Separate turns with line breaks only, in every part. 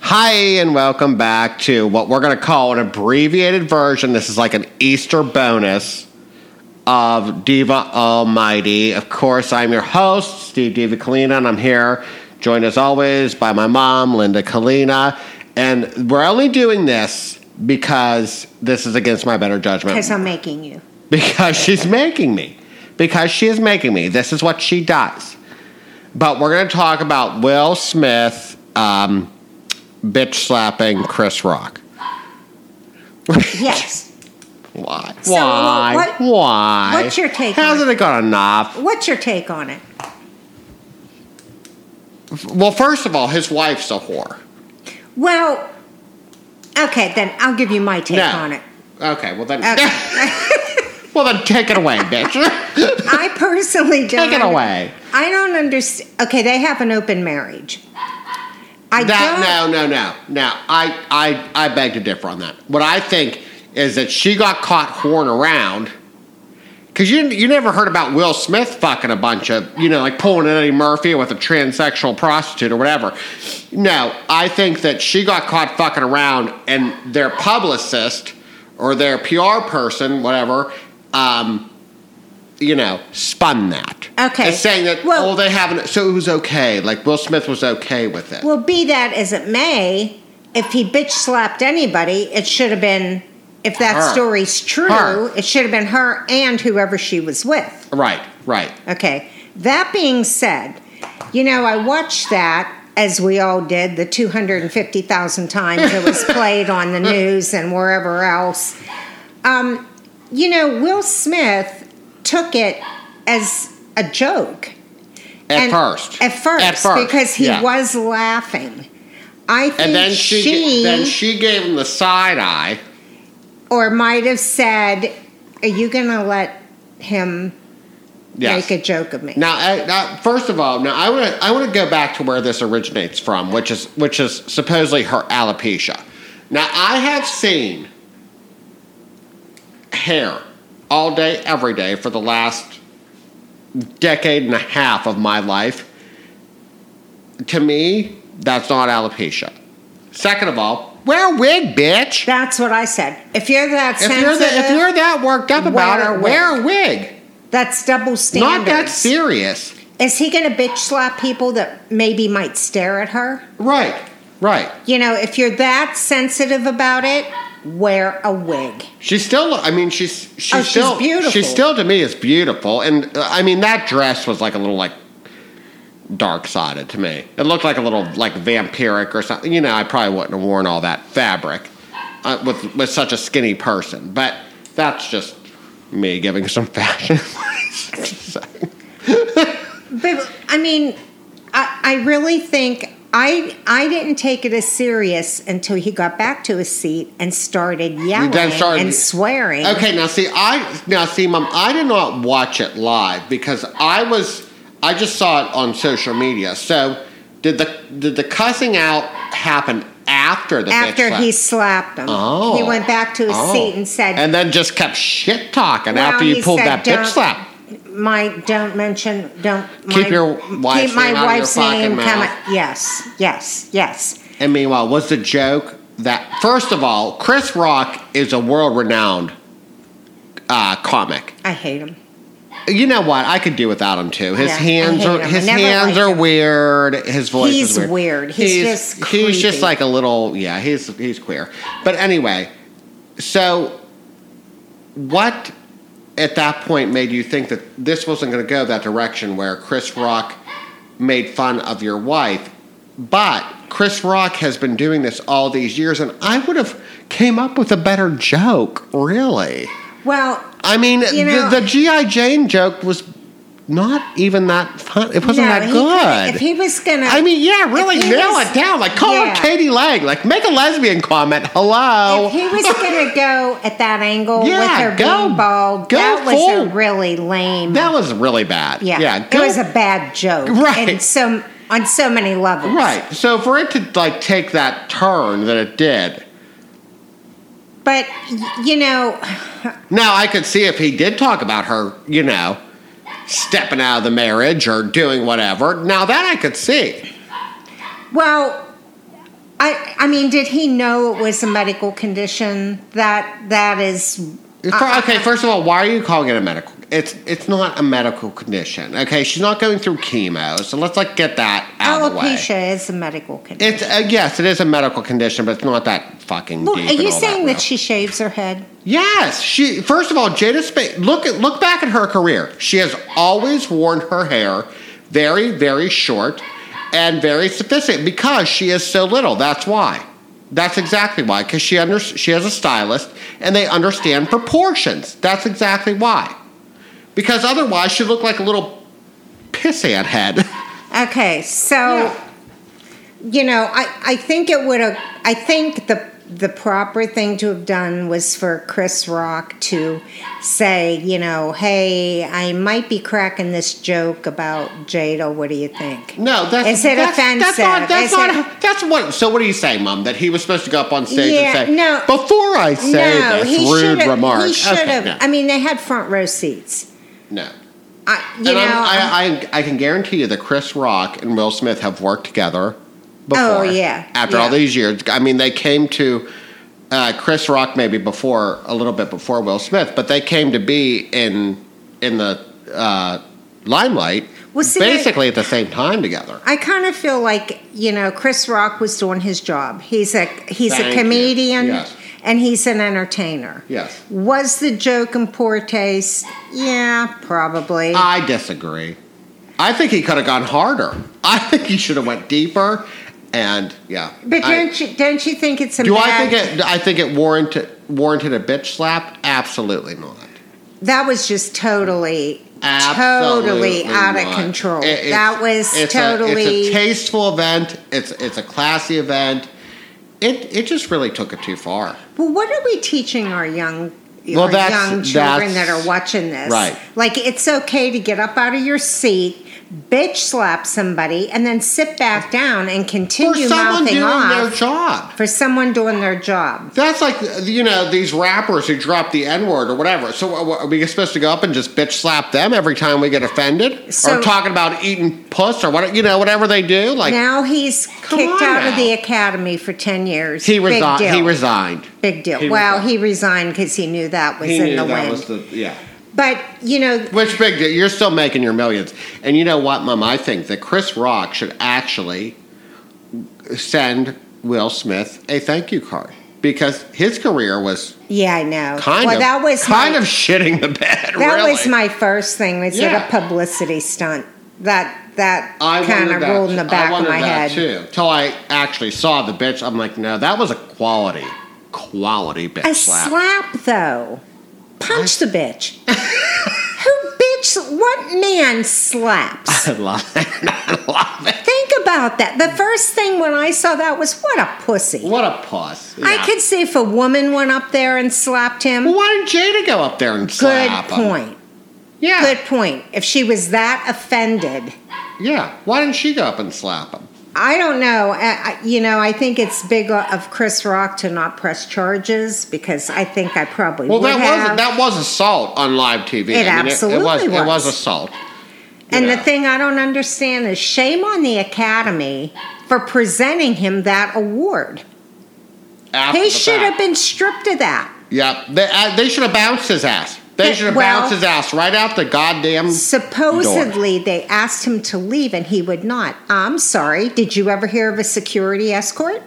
Hi, and welcome back to what we're going to call an abbreviated version. This is like an Easter bonus of Diva Almighty. Of course, I'm your host, Steve Diva Kalina, and I'm here, joined as always by my mom, Linda Kalina. And we're only doing this because this is against my better judgment.
Because I'm making you.
Because she's making me. Because she is making me. This is what she does. But we're going to talk about Will Smith um, bitch slapping Chris Rock.
Yes.
Why?
So,
Why?
what-
Why?
what's your take on
Hasn't it gone enough?
What's your take on it?
Well, first of all, his wife's a whore.
Well, okay, then I'll give you my take
No.
on it.
Okay, well then.
Okay.
well then, take it away, bitch.
I personally don't.
take it
under-
away.
I don't understand. Okay, they have an open marriage. I don't.
That, no, no, no, no. I, I, I beg to differ on that. What I think is that she got caught whoring around. Cause you you never heard about Will Smith fucking a bunch of you know like pulling an Eddie Murphy with a transsexual prostitute or whatever. No, I think that she got caught fucking around, and their publicist or their PR person, whatever, um, you know, spun that.
Okay.
It's saying that
Well-
oh they haven't, so it was okay. Like Will Smith was okay with it.
Well, be that as it may, if he bitch slapped anybody, it should have been. If that
Her.
story's true,
Her.
it should have been her and whoever she was with.
Right, right.
Okay. That being said, you know, I watched that as we all did the 250,000 times it was played on the news and wherever else. Um, you know, Will Smith took it as a joke.
At
And-
first.
At first. Because he
yeah.
was laughing. I think
And then she,
she,
ga- then she gave him the side eye.
or might have said, Are you going to let him
Yes.
make a joke of me?
now, I, now, first of all, now I want to I want to go back to where this originates from, which is which is supposedly her alopecia. Now, I have seen hair all day, every day for the last decade and a half of my life. To me, that's not alopecia. Second of all, wear a wig, bitch.
That's what I said. If you're that
if
sensitive,
you're, that, if you're that worked up about
wear a
it, wear a wig.
that's double
Not
standard.
that serious.
Is he going to bitch slap people that maybe might stare at her?
Right, right.
You know, if you're that sensitive about it, wear a wig.
She's still. I mean, she's she's
Oh, she's
still
beautiful.
She's still to me is beautiful, and uh, I mean that dress was like a little like dark sided to me. It looked like a little like vampiric or something. You know, I probably wouldn't have worn all that fabric uh, with with such a skinny person, but that's just me giving some fashion advice.
But I mean, I, I really think I I didn't take it as serious until he got back to his seat and started yelling
started-
and swearing.
Okay, now see, I now see, mom, I did not watch it live because I was, I just saw it on social media. So, did the did the cussing out happen after the bitch
After
slap?
he slapped him,
Oh.
he went back to his
Oh.
seat and said,
and then just kept shit talking
Well,
after you
he
pulled
said,
that
"Don't-
bitch slap?
My don't mention don't
Keep
my,
your wife's
keep my
name out of your
wife's
fucking
name come
mouth.
out- Yes, yes, yes.
And meanwhile, was the joke that first of all, Chris Rock is a world renowned uh, comic.
I hate him.
You know what? I could do without him too. His
Yeah, I
hands
hate
are
him. I
his
never
hands
liked
are
him.
weird. His voice
He's
is weird.
weird. He's just
he's just
creepy.
like a little yeah. He's he's queer. But anyway, so what at that point made you think that this wasn't going to go that direction where Chris Rock made fun of your wife? But Chris Rock has been doing this all these years, and I would have came up with a better joke. Really.
Well,
I mean,
You know-
the, the GI Jane joke was not even that fun. It wasn't
no,
that
he
good.
could- if he was gonna,
I mean, yeah, really
if he
nail
was-
it down. Like, call
yeah.
her Katie Lang. Like, make a lesbian comment. Hello.
if he was gonna go at that angle
Yeah,
with her
go-
being bald,
go
that was
full-
a really lame.
that was really bad.
yeah,
yeah.
it
go-
was a bad joke.
Right.
and so on so many levels.
right. So for it to like take that turn that it did.
but y- you know,
Now I could see if he did talk about her, you know, stepping out of the marriage or doing whatever. Now that I could see.
Well, I I mean, did he know it was a medical condition? That that is
It's pro-
Uh,
okay, first of all, why are you calling it a medical? It's it's not a medical condition. Okay, she's not going through chemo, so let's like get that out of the way.
alopecia is a medical condition.
It's uh, yes, it is a medical condition, but it's not that fucking.
Well,
deep
are
and
you
all
saying that,
real.
she shaves her head?
Yes, she. First of all, Jada Spain. Look at look back at her career. She has always worn her hair very, very short and very sophisticated because she is so little. That's why. That's exactly why. Because she under she has a stylist and they understand proportions. That's exactly why. Because otherwise, she'd look like a little pissant head.
Okay, so
Yeah.
you know, I, I think it would have. I think the the proper thing to have done was for Chris Rock to say, you know, hey, I might be cracking this joke about Jada. What do you think?
No, that's
Is it
that's, That's
offensive?
not. That's
Is
not.
it-
That's what. So what are you saying, Mom? That he was supposed to go up on stage
Yeah,
and say,
no.
before I say this rude
should've-
remark."
He should
Okay,
have.
no,
I mean, they had front row seats.
no.
I,
and
you know, um,
I'm, I, I, I can guarantee you that Chris Rock and Will Smith have worked together before.
Oh, yeah,
After all
yeah.
these years, I mean, they came to uh, Chris Rock maybe before a little bit before Will Smith, but they came to be in in the uh, limelight
Well, see, I-
basically at the same time together.
I kind of feel like you know Chris Rock was doing his job. He's a he's
Thank
a
you.
comedian
Yes.
and he's an entertainer.
Yes,
Was the joke in poor taste? Yeah, probably.
I disagree. I think he could have gone harder. I think he should have went deeper, and yeah.
but
I-
don't you don't you think it's a
do I
bad-
think it? I think it warranted warranted a bitch slap. Absolutely not.
that was just totally
Absolutely
totally out of
not.
control?
It- it's-
that was
it's A,
totally
it's a tasteful event. It's it's a classy event. It it just really took it too far.
Well, what are we teaching our young
Well,
our
that's-
young children that
that's-
are watching this?
right.
Like it's okay to get up out of your seat, bitch slap somebody, and then sit back down and
For
continue
someone
mouthing
doing
off
their job.
for someone doing their job.
That's like you know these rappers who drop the N word or whatever. So are we supposed to go up and just bitch slap them every time we get offended,
So-
or talking about eating puss or what you know whatever they do? Like
Now he's kicked
on
out of
now.
the academy for ten years.
he
Big
resigned.
deal.
He resigned.
Big deal.
he
well,
resigned.
he resigned because he knew that was
He
in
knew
the
that
wind.
was the yeah.
but you know,
Which big deal? You're still making your millions. And you know what, Mom? I think that Chris Rock should actually send Will Smith a thank you card because his career was
yeah, I know.
kind
well,
of
that was
kind
my-
of shitting the bed.
That
really.
was my first thing. Was
Yeah.
it a publicity stunt? That that
I
kind of
wondered that
rolled in the
too.
back
I
of
wondered
my
that
head.
too. Till I actually saw the bitch, I'm like, no, that was a quality, quality bitch
A
slap.
slap, though. Punch the bitch. Who bitch? What man slaps?
I love it. I love it.
Think about that. The first thing when I saw that was what a pussy.
What a puss.
I
Yeah.
could see if a woman went up there and slapped him.
Well, why didn't Jada go up there and
Good
slap him?
point.
Yeah.
Good point. If she was that offended.
Yeah. Why didn't she go up and slap him?
I don't know. I, I- you know, I think it's big of Chris Rock to not press charges because I think I probably
Well,
would
that
have.
was that was assault on live TV.
It
it,
absolutely
was, It
was.
was assault.
and
yeah.
the thing I don't understand is shame on the Academy for presenting him that award.
After
He
the
should have
fact.
been stripped of that.
Yep. They, uh, they should have bounced his ass. They
That-
should have
well-
bounced his ass right out the goddamn.
Supposedly, they asked him to leave and he would not. I'm sorry. Did you ever hear of a security escort?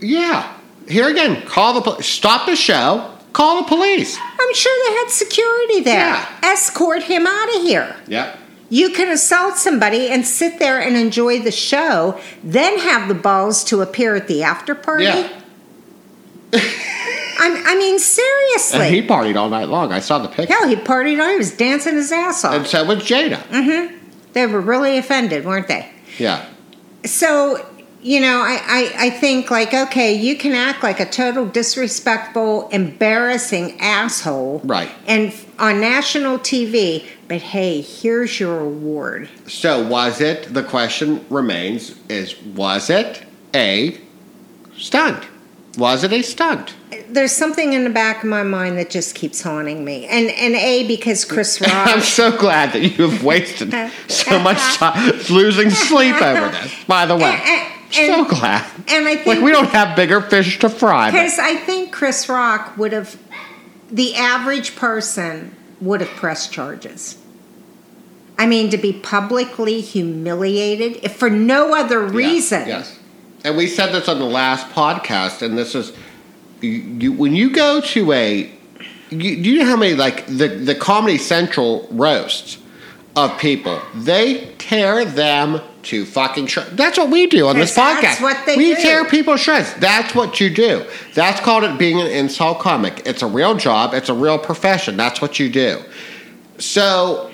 Yeah. Here again. Call the pol- stop the show. Call the police.
I'm sure they had security there.
Yeah.
Escort him out of here.
Yep.
You can assault somebody and sit there and enjoy the show, then have the balls to appear at the after party.
Yeah.
I'm, I mean, seriously.
And he partied all night long. I saw the picture.
Hell, he partied on. He was dancing his ass off.
And so was Jada.
Mm. they were really offended, weren't they?
Yeah.
So, you know, I, I, I think, like, okay, you can act like a total disrespectful, embarrassing asshole.
Right.
And f- on national TV, but hey, here's your award.
So was it? The question remains: Is was it a stunt? Was it a stunt?
there's something in the back of my mind that just keeps haunting me. And and A because Chris
I'm
Rock
so glad that you have wasted so much time losing sleep over this. By the way,
and,
so
And-
glad.
And I think
Like we don't have bigger fish to fry. but-
Because I think Chris Rock would have, the average person would have pressed charges. I mean, to be publicly humiliated if for no other
Yeah,
reason.
Yes. And we said this on the last podcast, and this is you, you, when you go to a. You, do you know how many like the the Comedy Central roasts of people? They tear them to fucking shreds. That's what we do on this podcast.
Yes, that's what they
we
do.
tear people to shreds. That's what you do. That's called it being an insult comic. It's a real job. It's a real profession. That's what you do. So,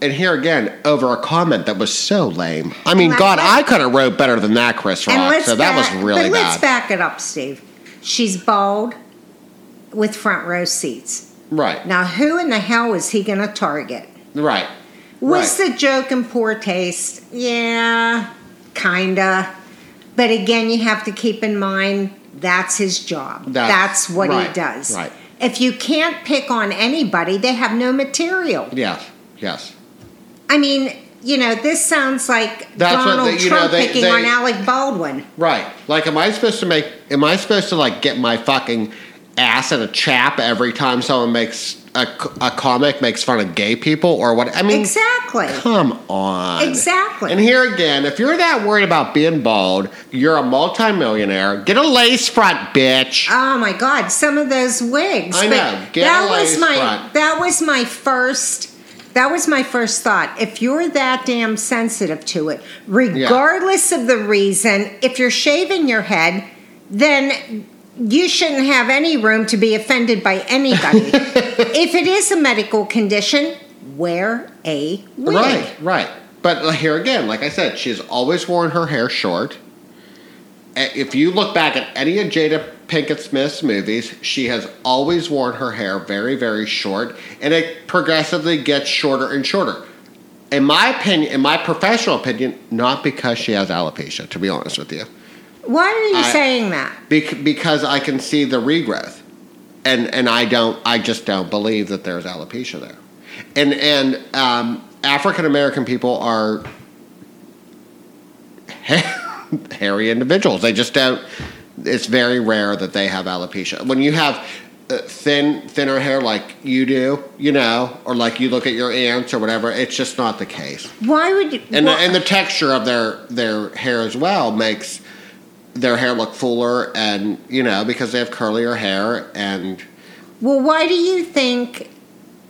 and here again, over a comment that was so lame. I mean,
Right,
God,
right.
I could have wrote better than that, Chris
And
Rock.
let's
So that
back,
was really
but let's
bad.
back it up, Steve. She's bald with front row seats.
right,
Now, who in the hell is he going to target?
right.
Was
right.
the joke in poor taste? Yeah, kinda. But again, you have to keep in mind that's his job.
That's-
That's, what
right,
he does.
right.
If you can't pick on anybody, they have no material.
yes, yes.
I mean, you know, this sounds like
That's what
Donald
they- you know,
Trump
they-
picking
they-
on Alec Baldwin.
Right. Like, am I supposed to make? Am I supposed to like get my fucking ass in a chap every time someone makes a, a comic makes fun of gay people or what? I mean,
Exactly.
Come on.
Exactly.
And here again, if you're that worried about being bald, you're a multimillionaire. Get a lace front, bitch.
Oh my God! Some of those wigs.
I
But
know. Get
that
a
was
lace
my
front.
that was my first that was my first thought. If you're that damn sensitive to it, regardless of the reason, if you're shaving your head, then you shouldn't have any room to be offended by anybody. if it is a medical condition, wear a wig.
Right, right. But like, here again, like I said, she's always worn her hair short. A- If you look back at any of Jada Pinkett Smith's movies, she has always worn her hair very, very short, and it progressively gets shorter and shorter. In my opinion, in my professional opinion, not because she has alopecia, to be honest with you.
Why are you
I-
saying that?
Bec- because I can see the regrowth, and and I don't. I just don't believe that there's alopecia there, and and um, African American people are hairy individuals. They just don't. It's very rare that they have alopecia. When you have uh, thin thinner hair like you do, you know, or like you look at your aunts or whatever, it's just not the case
Why would you?
and
why-
the, and the texture of their their hair as well makes their hair look fuller and you know because they have curlier hair and
Well, why do you think?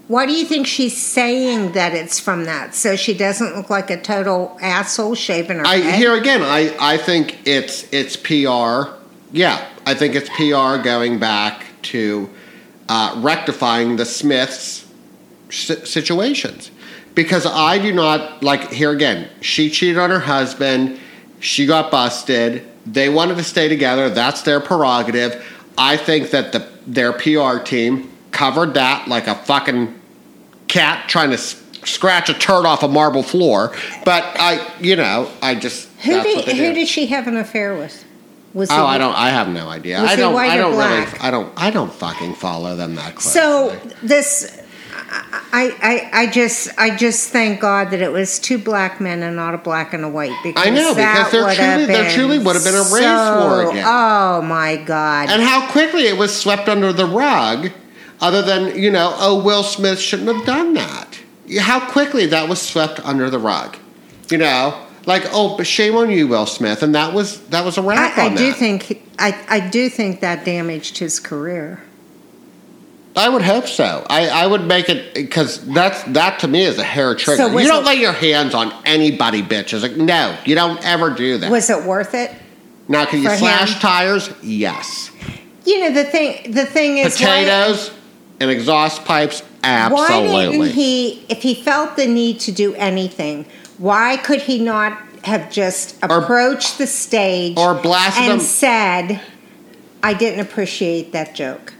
Why do you think she's saying that it's from that? So she doesn't look like a total asshole shaving her
I
head.
here again I I think it's it's PR yeah I think it's PR going back to uh, rectifying the Smiths si- situations because I do not like here again she cheated on her husband she got busted they wanted to stay together that's their prerogative I think that the their PR team covered that like a fucking cat trying to s- scratch a turd off a marble floor but I you know I just
who
that's what
did
they
who
do.
did she have an affair with? Was he-
Oh, I don't. I have no idea.
Was
I
he
don't.
white
I
or
don't
black?
really. I don't. I don't fucking follow them that close.
So this, I, I I just I just thank God that it was two black men and not a black and a white because
I know, because
that
there
would have
truly- there
been
truly would have been a race
so-
war again.
Oh my God!
and how quickly it was swept under the rug, other than, you know, oh, Will Smith shouldn't have done that. How quickly that was swept under the rug, you know? Like, oh, but shame on you, Will Smith. And that was that was a wrap
I,
on
I do
that.
think he- I I do think that damaged his career.
I would hope so. I, I would make it because that's that to me is a hair trigger.
was
you don't
it-
lay your hands on anybody, bitch. It's like no, you don't ever do that.
Was it worth it?
now, can
for
you
him?
slash tires? Yes.
You know the thing. The thing is,
Potatoes and exhaust pipes.
Why, why
Absolutely.
didn't he? If he felt the need to do anything, why could he not have just
Or-
approached the stage
or blasted
and
them-
said, "I didn't appreciate that joke,"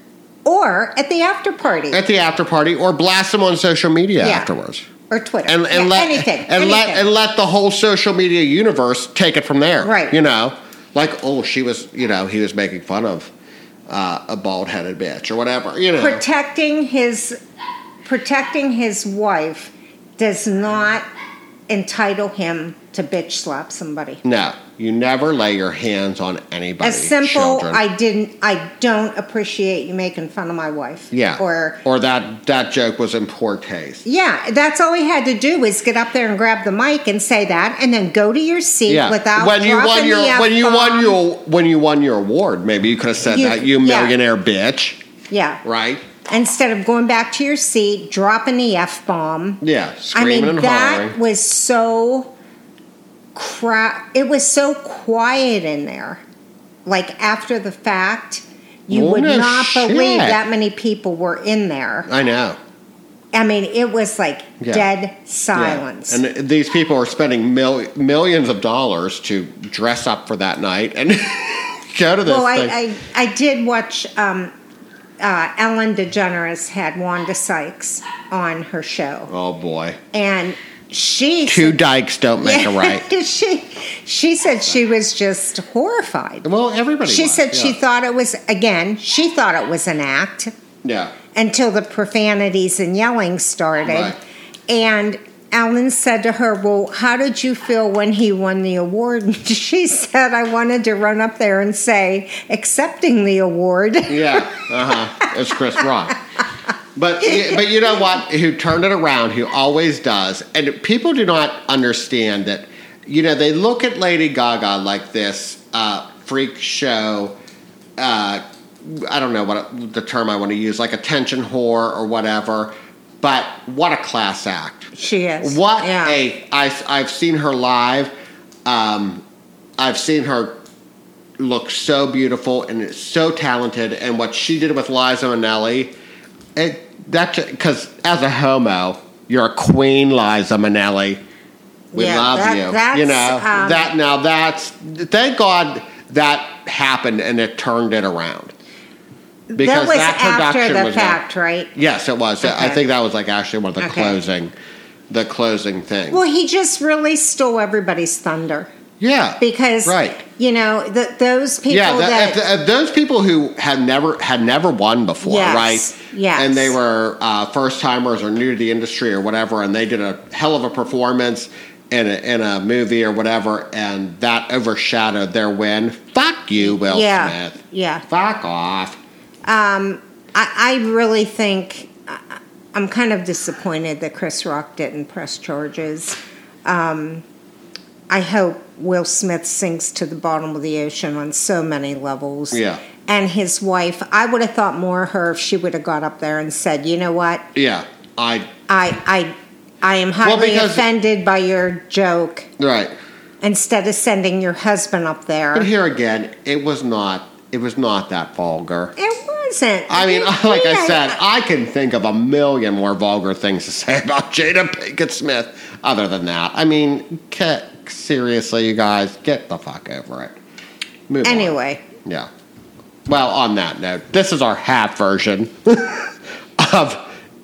or at the after party
at the after party or blast them on social media
Yeah.
afterwards
or Twitter
and, and
Yeah,
let
anything
and let
anything.
and let the whole social media universe take it from there
Right.
you know like oh she was you know he was making fun of uh, a bald-headed bitch or whatever you know
protecting his protecting his wife does not entitle him to bitch slap somebody.
No, you never lay your hands on anybody.
A simple
children.
I didn't I don't appreciate you making fun of my wife.
yeah,
Or
or that that joke was in poor taste.
yeah, that's all he had to do was get up there and grab the mic and say that, and then go to your seat
Yeah,
without
when you won
dropping
your
the
when you won
F-bomb.
your when you won your award, maybe you could have said
You-
that you
yeah.
millionaire bitch,
yeah
right?
instead of going back to your seat, dropping the f bomb.
Yeah,
I
screaming
mean,
and
that
hollering.
was so crap. It was so quiet in there. Like after the fact, you
Well,
would
no
not believe
shit.
that many people were in there.
I know.
I mean, it was like
Yeah.
dead
Yeah.
silence.
And these people are spending mil- millions of dollars to dress up for that night and go to this
well,
thing.
I, I I did watch. Um, uh, Ellen DeGeneres had Wanda Sykes on her show,
oh boy,
and she
two dykes don't make a right.
she she said she was just horrified.
Well, everybody.
She
was,
said she
yeah.
thought it was again, she thought it was an act
yeah.
until the profanities and yelling started.
Right.
And Ellen said to her, Well, how did you feel when he won the award? And she said, I wanted to run up there and say, accepting the award.
Yeah, uh huh. It's Chris Rock. But but you know what? Who turned it around? Who always does? And people do not understand that. You know, they look at Lady Gaga like this uh, freak show. Uh, I don't know what the term I want to use, like attention whore or whatever. But what a class act!
She is.
What
Yeah.
a I, I've seen her live. Um, I've seen her look so beautiful and so talented, and what she did with Liza Minnelli. It that's because as a homo, you're a queen, Liza Minnelli. We
Yeah,
love
that-
you.
that's,
you know
um,
that now. That's thank God that happened and it turned it around.
that was after
production
the
was not-
fact, right?
Yes, it was. I
Okay.
think that was like actually one of the
Okay.
closing, the closing thing.
Well, he just really stole everybody's thunder.
yeah,
because
Right.
you know that those people
yeah,
that,
that, if, if those people who had never had never won before,
Yes,
right?
yes.
and they were uh, first timers or new to the industry or whatever, and they did a hell of a performance in a, in a movie or whatever, and that overshadowed their win. Fuck you, Will
yeah
Smith.
yeah
Fuck off.
I, I really think I, i'm kind of disappointed that chris rock didn't press charges um, i hope will smith sinks to the bottom of the ocean on so many levels
Yeah.
and his wife i would have thought more of her if she would have got up there and said you know what
Yeah, I
i i i am
Well,
highly
because-
offended by your joke
right.
instead of sending your husband up there
But here again, it was not. It was not that vulgar.
It wasn't.
I mean,
It-
like I
yeah,
said, I can think of a million more vulgar things to say about Jada Pinkett Smith other than that. I mean, ca seriously, you guys, get the fuck over it. Move on.
Anyway,
Yeah. Well, on that note, this is our half version of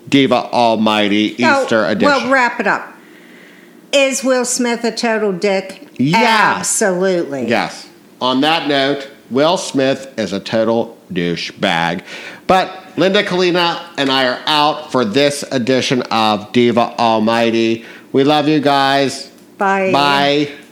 Diva Almighty
so,
Easter edition.
Well, wrap it up. Is Will Smith a total dick?
Yeah.
Absolutely.
Yes. On that note, Will Smith is a total douchebag. But Linda Kalina and I are out for this edition of Diva Almighty. We love you guys.
Bye.
Bye.